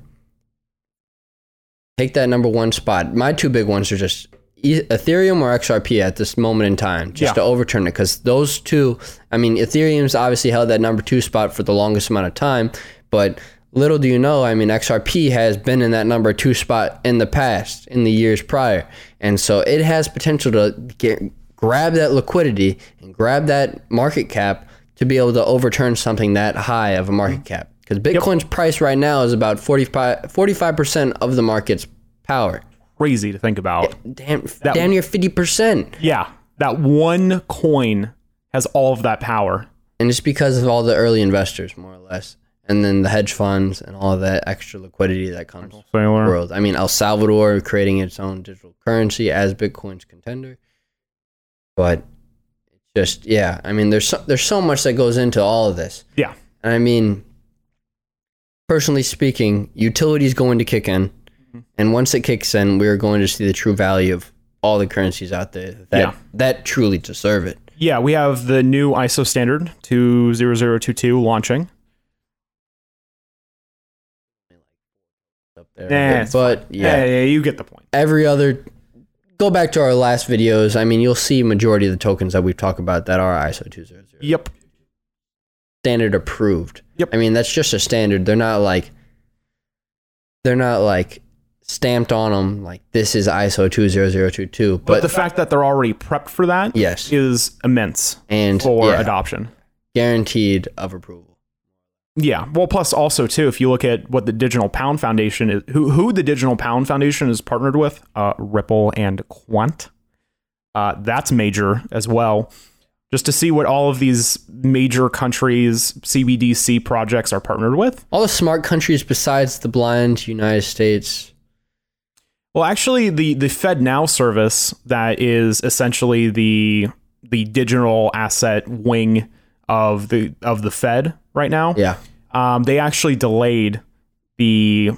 Speaker 1: Take that number one spot. My two big ones are just E- Ethereum or XRP at this moment in time, just
Speaker 2: Yeah.
Speaker 1: to overturn it. Because those two, I mean, Ethereum's obviously held that number two spot for the longest amount of time, but little do you know, I mean, XRP has been in that number two spot in the past, in the years prior. And so it has potential to get, grab that liquidity and grab that market cap to be able to overturn something that high of a market cap. Because Bitcoin's price right now is about 45, 45% of the market's power.
Speaker 2: Crazy to think about.
Speaker 1: Damn, damn near 50%.
Speaker 2: Yeah, that one coin has all of that power.
Speaker 1: And it's because of all the early investors, more or less. And then the hedge funds and all that extra liquidity that comes from the world. I mean, El Salvador creating its own digital currency as Bitcoin's contender. But it's just, yeah, I mean, there's so, there's so much that goes into all of this.
Speaker 2: Yeah,
Speaker 1: And I mean, personally speaking, utility's going to kick in.
Speaker 2: Mm-hmm.
Speaker 1: And once it kicks in, we're going to see the true value of all the currencies out there that
Speaker 2: Yeah.
Speaker 1: that truly deserve it.
Speaker 2: Yeah, we have the new ISO standard 20022 launching.
Speaker 1: Up there.
Speaker 2: Nah, it's
Speaker 1: but yeah,
Speaker 2: Yeah, yeah, you get the point.
Speaker 1: every other go back to our last videos. I mean, you'll see majority of the tokens that we've talked about that are ISO 200
Speaker 2: Yep.
Speaker 1: standard approved.
Speaker 2: Yep.
Speaker 1: I mean, that's just a standard. They're not like they're not like stamped on them like this is ISO 20022,
Speaker 2: But,
Speaker 1: but,
Speaker 2: the fact that they're already prepped for that is
Speaker 1: yes,
Speaker 2: immense
Speaker 1: and
Speaker 2: for
Speaker 1: yeah,
Speaker 2: adoption.
Speaker 1: guaranteed of approval.
Speaker 2: Yeah. Well, plus also too, if you look at what the Digital Pound Foundation is, who who the Digital Pound Foundation is partnered with, uh, Ripple and Quant. Uh, that's major as well. Just to see what all of these major countries CBDC projects are partnered with.
Speaker 1: All the smart countries besides the blind United States.
Speaker 2: Well, actually, the the Fed Now service that is essentially the the digital asset wing of the of the Fed right now.
Speaker 1: Yeah.
Speaker 2: Um, they actually delayed the.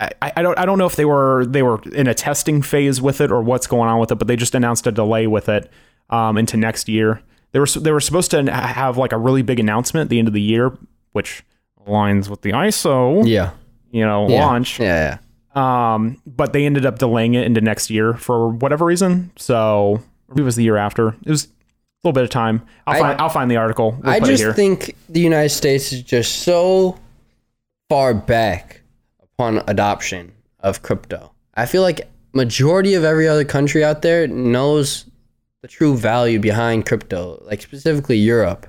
Speaker 2: I, I don't I don't know if they were they were in a testing phase with it or what's going on with it, but they just announced a delay with it um, into next year. They were they were supposed to have like a really big announcement at the end of the year, which aligns with the ISO
Speaker 1: Yeah.
Speaker 2: you know
Speaker 1: Yeah.
Speaker 2: launch.
Speaker 1: Yeah, yeah.
Speaker 2: Um, but they ended up delaying it into next year for whatever reason. So it was the year after. It was a little bit of time. I'll
Speaker 1: I-
Speaker 2: find I'll find the article. We'll
Speaker 1: I
Speaker 2: put it
Speaker 1: just
Speaker 2: here.
Speaker 1: think the United States is just so far back upon adoption of crypto. I feel like majority of every other country out there knows the true value behind crypto, like specifically Europe.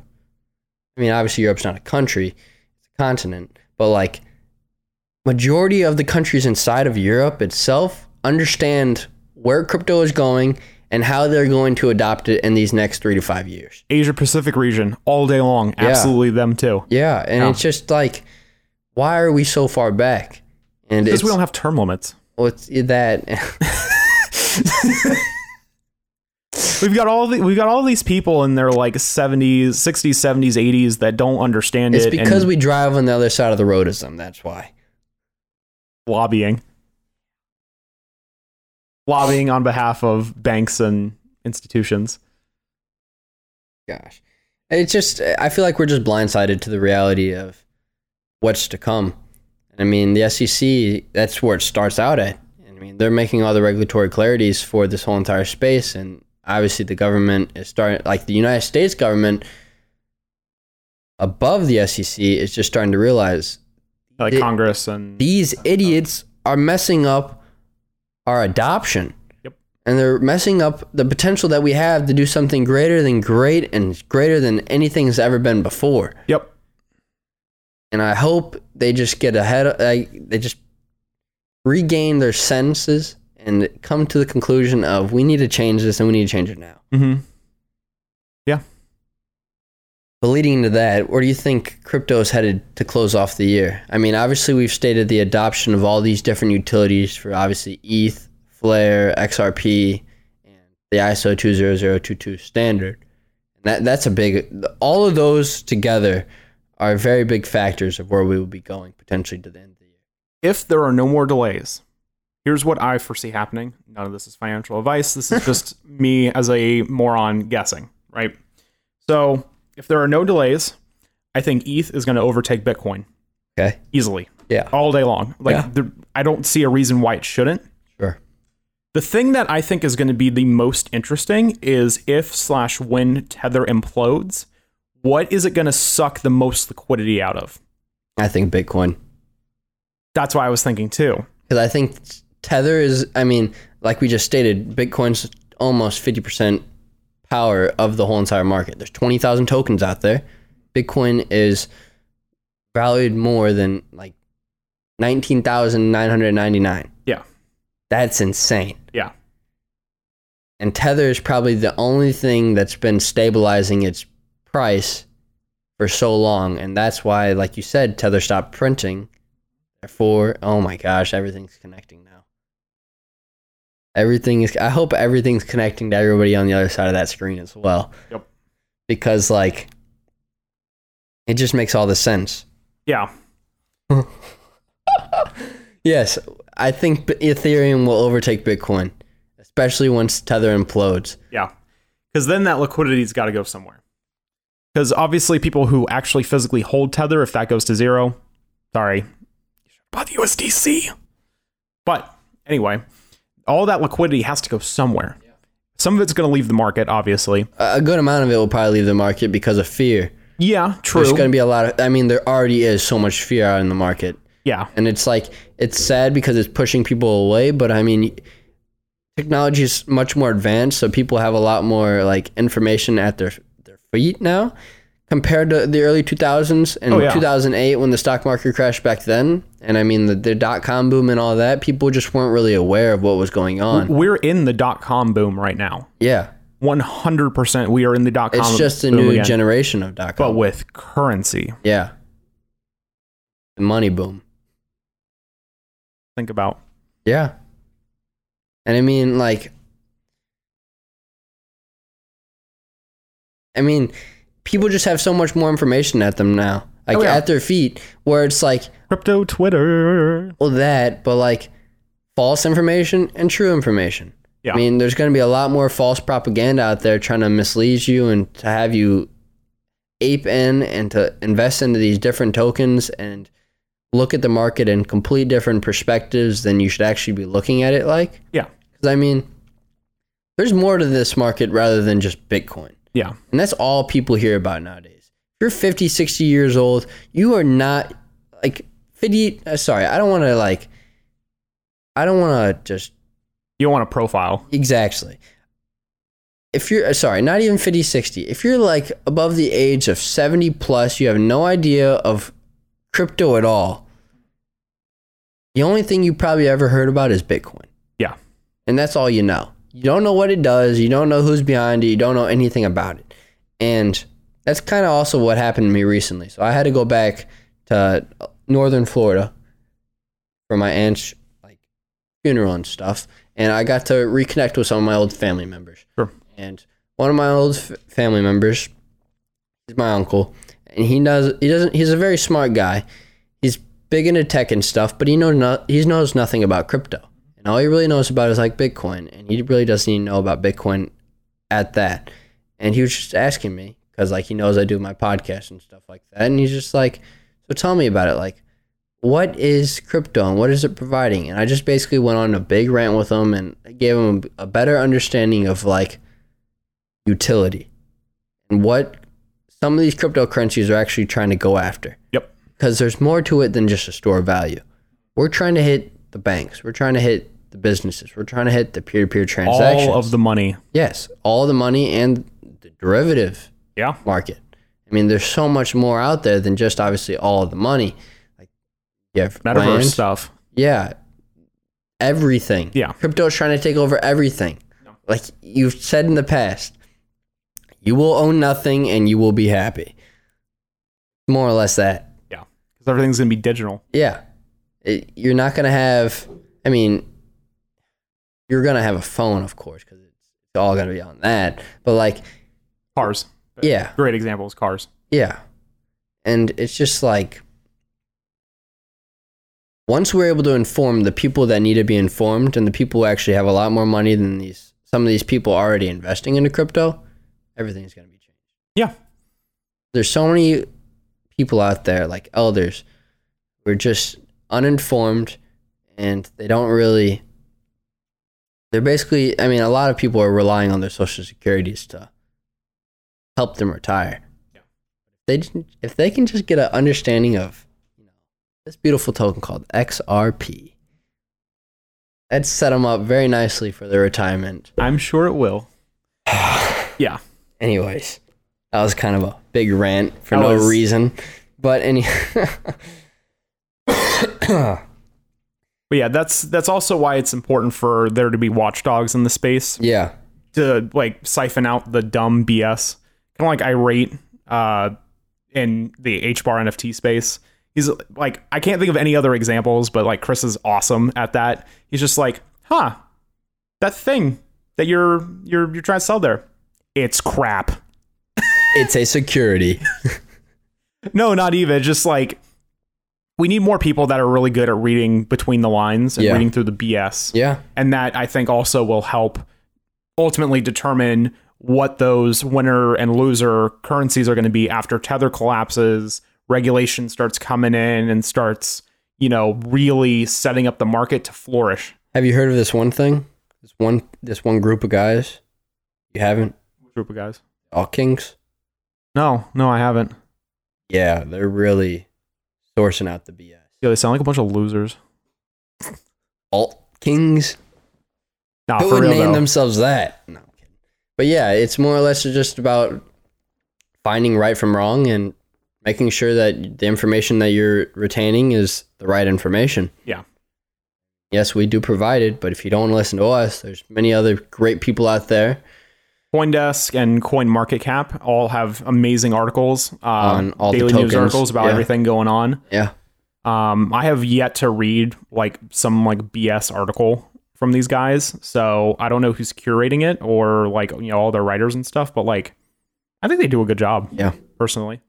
Speaker 1: I mean, obviously Europe's not a country, it's a continent, but like majority of the countries inside of Europe itself understand where crypto is going and how they're going to adopt it in these next 3 to 5 years.
Speaker 2: Asia Pacific region all day long.
Speaker 1: Yeah.
Speaker 2: Absolutely them too.
Speaker 1: Yeah, and
Speaker 2: Yeah.
Speaker 1: it's just like, why are we so far back? And
Speaker 2: Because
Speaker 1: it's,
Speaker 2: we don't have term limits.
Speaker 1: well, it's that
Speaker 2: We've got all the, we've got all these people in their like 70s, 60s, 70s, 80s that don't understand
Speaker 1: it's
Speaker 2: it
Speaker 1: because
Speaker 2: and
Speaker 1: we drive on the other side of the road as them. That's why.
Speaker 2: lobbying. Lobbying on behalf of banks and institutions.
Speaker 1: Gosh, it's just I feel like we're just blindsided to the reality of what's to come. I mean, the SEC that's where it starts out at. I mean, they're making all the regulatory clarities for this whole entire space, and obviously the government is starting, like the United States government above the SEC is just starting to realize
Speaker 2: Like
Speaker 1: The-
Speaker 2: Congress and
Speaker 1: these idiots are messing up our adoption.
Speaker 2: Yep.
Speaker 1: And they're messing up the potential that we have to do something greater than great and greater than anything has ever been before.
Speaker 2: Yep.
Speaker 1: And I hope they just get ahead, of, like, they just regain their senses and come to the conclusion of we need to change this and we need to change it now.
Speaker 2: Mm-hmm.
Speaker 1: But leading into that, where do you think crypto is headed to close off the year? I mean, obviously, we've stated the adoption of all these different utilities for obviously ETH, Flare, XRP, and the ISO 20022 standard. That, that's a big, all of those together are very big factors of where we will be going potentially to the end of the year.
Speaker 2: if there are no more delays, here's what I foresee happening. None of this is financial advice. This is just me as a moron guessing, right? So, if there are no delays, I think ETH is going to overtake Bitcoin
Speaker 1: Okay.
Speaker 2: easily
Speaker 1: Yeah.
Speaker 2: all day long. Like,
Speaker 1: Yeah.
Speaker 2: there, I don't see a reason why it shouldn't.
Speaker 1: Sure.
Speaker 2: The thing that I think is going to be the most interesting is if slash when Tether implodes, what is it going to suck the most liquidity out of?
Speaker 1: I think Bitcoin.
Speaker 2: That's why I was thinking too.
Speaker 1: Because I think Tether is, I mean, like we just stated, Bitcoin's almost 50% power of the whole entire market. There's 20,000 tokens out there. Bitcoin is valued more than like 19,999.
Speaker 2: Yeah.
Speaker 1: That's insane.
Speaker 2: Yeah.
Speaker 1: And Tether is probably the only thing that's been stabilizing its price for so long. And that's why, like you said, Tether stopped printing. Therefore, oh my gosh, everything's connecting now. Everything is, I hope everything's connecting to everybody on the other side of that screen as well.
Speaker 2: Yep.
Speaker 1: Because, like, it just makes all the sense.
Speaker 2: Yeah.
Speaker 1: Yes, I think B- Ethereum will overtake Bitcoin, especially once Tether implodes.
Speaker 2: Yeah. Because then that liquidity's got to go somewhere. Because obviously, people who actually physically hold Tether, if that goes to zero, sorry, bought the USDC. But anyway, all that liquidity has to go somewhere. Some of it's going to leave the market, obviously.
Speaker 1: A a good amount of it will probably leave the market because of fear.
Speaker 2: Yeah, true.
Speaker 1: There's going to be a lot of. I mean, there already is so much fear out in the market,
Speaker 2: yeah,
Speaker 1: and it's like it's sad because it's pushing people away. But I mean, technology is much more advanced, so people have a lot more like information at their their feet now compared to the early 2000s and
Speaker 2: Oh, yeah.
Speaker 1: 2008 when the stock market crashed back then. And I mean, the, the dot com boom and all that. People just weren't really aware of what was going on.
Speaker 2: we're in the dot com boom right now.
Speaker 1: Yeah,
Speaker 2: 100% we are in the dot com
Speaker 1: it's just a
Speaker 2: boom
Speaker 1: new
Speaker 2: again,
Speaker 1: generation of dot
Speaker 2: But
Speaker 1: com.
Speaker 2: with currency.
Speaker 1: Yeah, the money boom.
Speaker 2: Think about
Speaker 1: Yeah. And I mean, like, I mean, people just have so much more information at them now, like
Speaker 2: Oh, yeah.
Speaker 1: at their feet, where it's like,
Speaker 2: crypto Twitter.
Speaker 1: well, that, but like false information and true information.
Speaker 2: Yeah.
Speaker 1: I mean, there's going to be a lot more false propaganda out there trying to mislead you and to have you ape in and to invest into these different tokens and look at the market in complete different perspectives than you should actually be looking at it like.
Speaker 2: Yeah.
Speaker 1: Because I mean, there's more to this market rather than just Bitcoin.
Speaker 2: Yeah.
Speaker 1: And that's all people hear about nowadays. If you're 50, 60 years old, you are not like 50. Uh, sorry, I don't want to like, I don't want to just
Speaker 2: You don't want a profile.
Speaker 1: exactly. If you're uh, sorry, not even 50, 60. If you're like above the age of 70 plus, you have no idea of crypto at all. The only thing you probably ever heard about is Bitcoin.
Speaker 2: Yeah.
Speaker 1: And that's all you know. You don't know what it does. You don't know who's behind it. You don't know anything about it. And that's kind of also what happened to me recently. So I had to go back to northern Florida for my aunt's like funeral and stuff. And I got to reconnect with some of my old family members.
Speaker 2: Sure.
Speaker 1: And one of my old f- family members is my uncle, and he does he doesn't he's a very smart guy. He's big into tech and stuff, but he knows no, he knows nothing about crypto. And all he really knows about is like Bitcoin, and he really doesn't even know about Bitcoin at that. And he was just asking me because like he knows I do my podcast and stuff like that, and he's just like, "So tell me about it. Like, what is crypto and what is it providing?" And I just basically went on a big rant with him and gave him a better understanding of like utility and what some of these cryptocurrencies are actually trying to go after
Speaker 2: Yep.
Speaker 1: because there's more to it than just a store of value. We're trying to hit the banks. We're trying to hit the businesses. We're trying to hit the peer-to-peer transactions.
Speaker 2: All of the money.
Speaker 1: yes, all the money and the derivative
Speaker 2: Yeah.
Speaker 1: market. I mean, there's so much more out there than just obviously all of the money. Like you have
Speaker 2: Metaverse
Speaker 1: land.
Speaker 2: stuff.
Speaker 1: Yeah. Everything.
Speaker 2: Yeah.
Speaker 1: Crypto's trying to take over everything. Like you've said in the past, you will own nothing and you will be happy. More or less that.
Speaker 2: Yeah. Because everything's going to be digital.
Speaker 1: Yeah. It, you're not going to have, I mean, you're going to have a phone, of course, because it's all going to be on that. But like,
Speaker 2: Cars.
Speaker 1: yeah.
Speaker 2: Great example is cars.
Speaker 1: Yeah. And it's just like once we're able to inform the people that need to be informed and the people who actually have a lot more money than these some of these people already investing into crypto, everything's going to be changed.
Speaker 2: Yeah.
Speaker 1: There's so many people out there like elders who are just uninformed and they don't really they're basically I mean a lot of people are relying on their social securities to help them retire they just- if they can just get an understanding of you know this beautiful token called XRP, that'd set them up very nicely for their retirement.
Speaker 2: I'm sure it will. yeah.
Speaker 1: Anyways, that was kind of a big rant for
Speaker 2: That
Speaker 1: no
Speaker 2: was-
Speaker 1: reason, but any
Speaker 2: But yeah, that's that's also why it's important for there to be watchdogs in the space
Speaker 1: yeah,
Speaker 2: to like siphon out the dumb BS. Kind of like irate uh in the H bar NFT space. He's like I can't think of any other examples, but like Chris is awesome at that. He's just like, huh, that thing that you're you're you're trying to sell there. It's crap.
Speaker 1: it's a security.
Speaker 2: No, not even. Just like we need more people that are really good at reading between the lines and
Speaker 1: Yeah.
Speaker 2: reading through the BS.
Speaker 1: Yeah.
Speaker 2: And that I think also will help ultimately determine what those winner and loser currencies are going to be after tether collapses, regulation starts coming in and starts, you know, really setting up the market to flourish.
Speaker 1: Have you heard of this one thing? This one this one group of guys? You haven't?
Speaker 2: Group of guys.
Speaker 1: All Kings?
Speaker 2: No, no, I haven't.
Speaker 1: Yeah, they're really sourcing out the BS.
Speaker 2: Yeah, they sound like a bunch of losers.
Speaker 1: Alt Kings?
Speaker 2: Nah,
Speaker 1: Who
Speaker 2: Ah, for
Speaker 1: would
Speaker 2: real
Speaker 1: name
Speaker 2: though.
Speaker 1: themselves that? No, I'm kidding. But yeah, it's more or less just about finding right from wrong and making sure that the information that you're retaining is the right information.
Speaker 2: Yeah.
Speaker 1: Yes, we do provide it, but if you don't want to listen to us, there's many other great people out there
Speaker 2: CoinDesk and CoinMarketCap all have amazing articles uh,
Speaker 1: On all the
Speaker 2: daily
Speaker 1: tokens,
Speaker 2: news articles about
Speaker 1: yeah.
Speaker 2: everything going on.
Speaker 1: Yeah.
Speaker 2: Um, I have yet to read like some like BS article from these guys, so I don't know who's curating it or like you know all their writers and stuff. But like, I think they do a good job.
Speaker 1: Yeah.
Speaker 2: personally,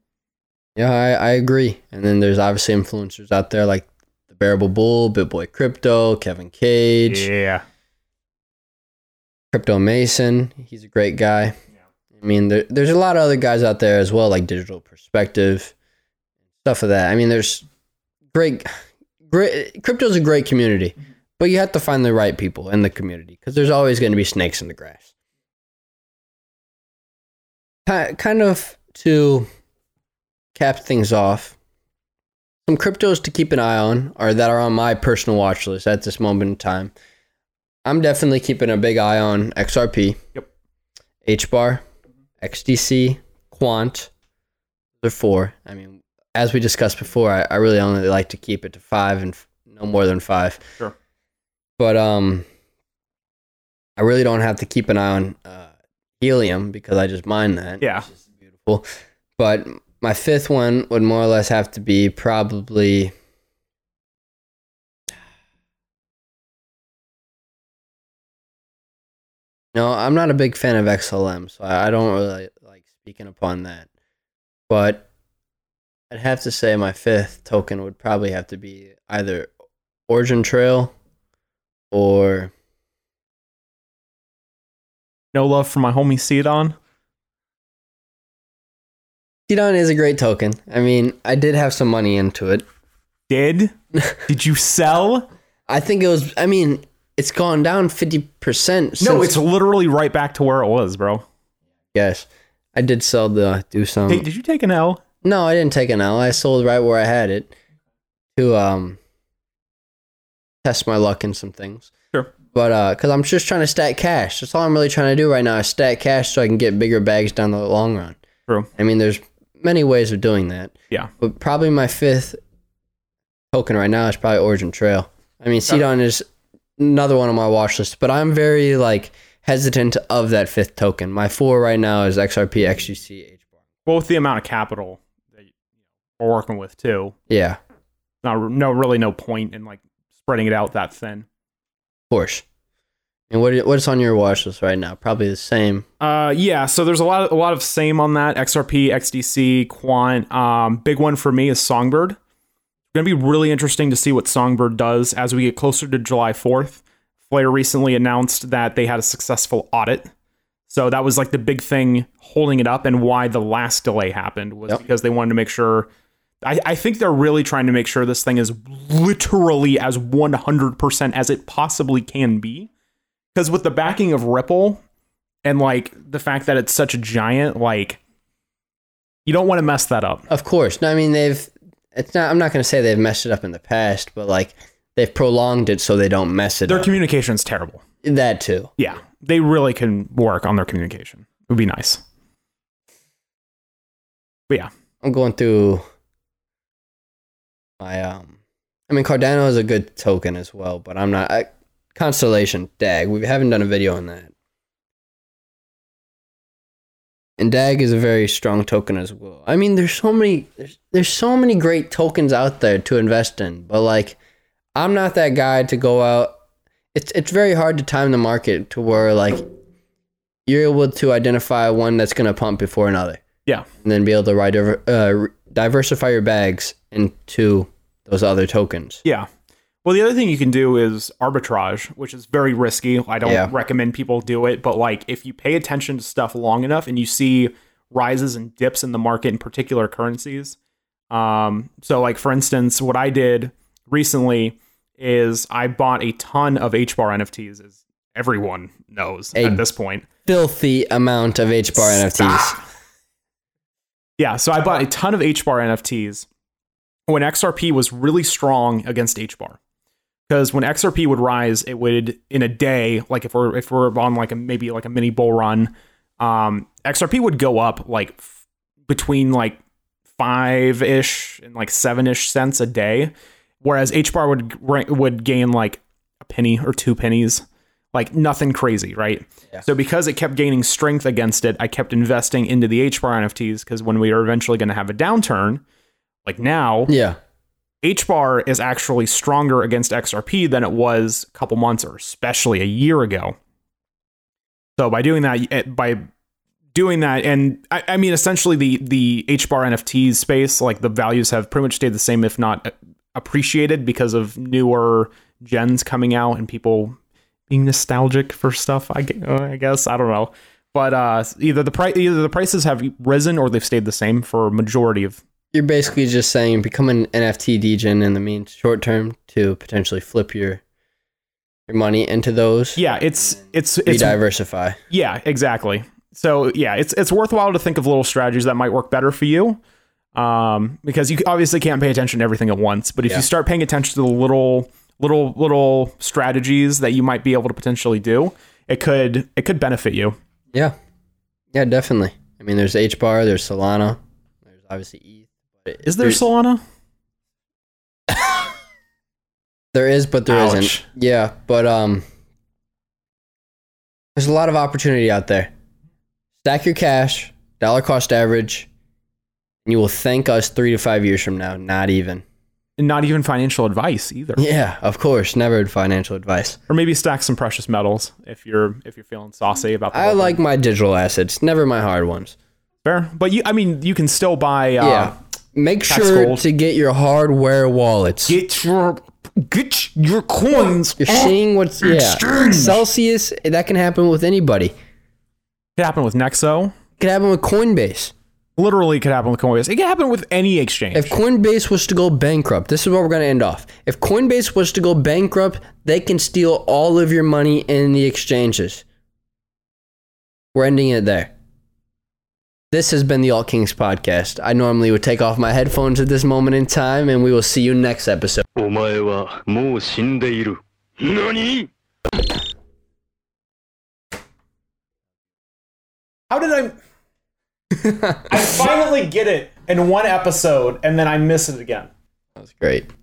Speaker 1: Yeah, I, I agree. And then there's obviously influencers out there like the Bearable Bull, BitBoy Crypto, Kevin Cage,
Speaker 2: yeah,
Speaker 1: Crypto Mason. He's a great guy. I mean, there, there's a lot of other guys out there as well, like Digital Perspective, stuff of that. I mean, there's great, great crypto's a great community, but you have to find the right people in the community because there's always going to be snakes in the grass. Ki- Kind of to cap things off, some cryptos to keep an eye on or that are on my personal watch list at this moment in time. I'm definitely keeping a big eye on XRP.
Speaker 2: Yep.
Speaker 1: H bar, XDC, Quant. They're four. I mean, as we discussed before, I, I really only like to keep it to five and f- no more than five.
Speaker 2: Sure.
Speaker 1: But um, I really don't have to keep an eye on uh, helium because I just mine that.
Speaker 2: Yeah.
Speaker 1: It's just beautiful. But my fifth one would more or less have to be probably. No, I'm not a big fan of XLM, so I I don't really like speaking upon that. But I'd have to say my fifth token would probably have to be either Origin Trail or
Speaker 2: no love for my homie Cedon.
Speaker 1: Cedon is a great token. I mean, I did have some money into it.
Speaker 2: Did did you sell?
Speaker 1: I think it was. I mean, it's gone down fifty percent.
Speaker 2: no, it's literally right back to where it was, bro.
Speaker 1: yes. I did sell the do some.
Speaker 2: Hey, did you take an L?
Speaker 1: No, I didn't take an L. I sold right where I had it to um test my luck in some things.
Speaker 2: Sure.
Speaker 1: But uh, cause I'm just trying to stack cash. That's all I'm really trying to do right now is stack cash so I can get bigger bags down the long run.
Speaker 2: True.
Speaker 1: I mean, there's many ways of doing that.
Speaker 2: Yeah.
Speaker 1: But probably my fifth token right now is probably Origin Trail. I mean, Cedon is another one on my watch list, but I'm very like hesitant of that fifth token. My four right now is XRP, XGC, HBAR.
Speaker 2: Well, with the amount of capital that you- we're working with too,
Speaker 1: Yeah, of
Speaker 2: not no really no point in like spreading it out that thin.
Speaker 1: course. And what what's on your watch list right now? Probably the same.
Speaker 2: Uh, yeah. So there's a lot of, a lot of same on that XRP, XDC, Quant. Um, big one for me is Songbird. Going to be really interesting to see what Songbird does as we get closer to July 4th. Flare recently announced that they had a successful audit. So that was like the big thing holding it up and why the last delay happened was
Speaker 1: Yep.
Speaker 2: because they wanted to make sure. I, I think they're really trying to make sure this thing is literally as 100% as it possibly can be. Because with the backing of Ripple, and like the fact that it's such a giant like you don't want to mess that up
Speaker 1: Of course. No, I mean they've. It's not. I'm not going to say they've messed it up in the past, but like they've prolonged it so they don't mess it
Speaker 2: their
Speaker 1: up.
Speaker 2: communication's terrible
Speaker 1: that too.
Speaker 2: yeah they really can work on their communication it would be nice but yeah
Speaker 1: I'm going through my um I mean Cardano is a good token as well, but I'm not I, Constellation DAG. We haven't done a video on that. And DAG is a very strong token as well. I mean, there's so many there's, there's so many great tokens out there to invest in, but like I'm not that guy to go out it's it's very hard to time the market to where like you're able to identify one that's going to pump before another
Speaker 2: yeah
Speaker 1: and then be able to ride over, uh, diversify your bags into those other tokens.
Speaker 2: Yeah. Well, the other thing you can do is arbitrage, which is very risky. I don't
Speaker 1: Yeah.
Speaker 2: recommend people do it, but like if you pay attention to stuff long enough and you see rises and dips in the market in particular currencies. Um, so like for instance, what I did recently is I bought a ton of HBAR NFTs as everyone knows
Speaker 1: A
Speaker 2: at this point.
Speaker 1: Filthy amount of H bar NFTs.
Speaker 2: Yeah, so I bought a ton of HBAR NFTs when XRP was really strong against HBAR. Because when XRP would rise, it would in a day, like if we're if we're on like a maybe like a mini bull run, um, XRP would go up like f- between like five ish and like seven ish cents a day, whereas HBAR would g- would gain like a penny or two pennies, like nothing crazy, right?
Speaker 1: Yeah.
Speaker 2: So because it kept gaining strength against it, I kept investing into the HBAR NFTs because when we are eventually going to have a downturn, like now,
Speaker 1: Yeah.
Speaker 2: HBAR is actually stronger against XRP than it was a couple months or especially a year ago. So by doing that, eh, by doing that, and I, I mean essentially the the HBAR NFT space, like the values have pretty much stayed the same, if not eh, appreciated, because of newer gens coming out and people being nostalgic for stuff. I, gue- uh, I guess I don't know, but uh, either the price either the prices have risen or they've stayed the same for a majority of
Speaker 1: You're basically just saying become an NFT degen in the mean short term to potentially flip your your money into those.
Speaker 2: yeah. It's it's it's
Speaker 1: Rediversify.
Speaker 2: Yeah, exactly. So yeah, it's it's worthwhile to think of little strategies that might work better for you, um, because you obviously can't pay attention to everything at once. But if
Speaker 1: Yeah.
Speaker 2: you start paying attention to the little little little strategies that you might be able to potentially do, it could it could benefit you.
Speaker 1: Yeah. Yeah, definitely. I mean there's H bar, there's Solana, there's obviously E ETH. But
Speaker 2: Is there Solana?
Speaker 1: There is, but there
Speaker 2: Ouch.
Speaker 1: not Yeah, but um, there's a lot of opportunity out there. Stack your cash, dollar cost average, and you will thank us three to five years from now. Not even.
Speaker 2: Not even financial advice either,
Speaker 1: Yeah, of course. Never financial advice.
Speaker 2: or maybe stack some precious metals if you're if you're feeling saucy about. The
Speaker 1: I
Speaker 2: whole thing.
Speaker 1: like my digital assets, never my hard ones.
Speaker 2: fair, but you I mean you can still buy. Uh,
Speaker 1: yeah. Make
Speaker 2: that's
Speaker 1: sure
Speaker 2: gold.
Speaker 1: to get your hardware wallets.
Speaker 2: Get your get your coins.
Speaker 1: You're seeing what's yeah.
Speaker 2: Exchange.
Speaker 1: Celsius. That can happen with anybody.
Speaker 2: It happened with Nexo.
Speaker 1: Could happen with Coinbase.
Speaker 2: literally could happen with Coinbase. It could happen with any exchange.
Speaker 1: If Coinbase was to go bankrupt, this is where we're going to end off. If Coinbase was to go bankrupt, they can steal all of your money in the exchanges. We're ending it there. This has been the Alt Kings podcast. I normally would take off my headphones at this moment in time, and we will see you next episode.
Speaker 3: お前はもう死んでいる。何
Speaker 2: How did I? I finally get it in one episode, and then I miss it again.
Speaker 1: That was great.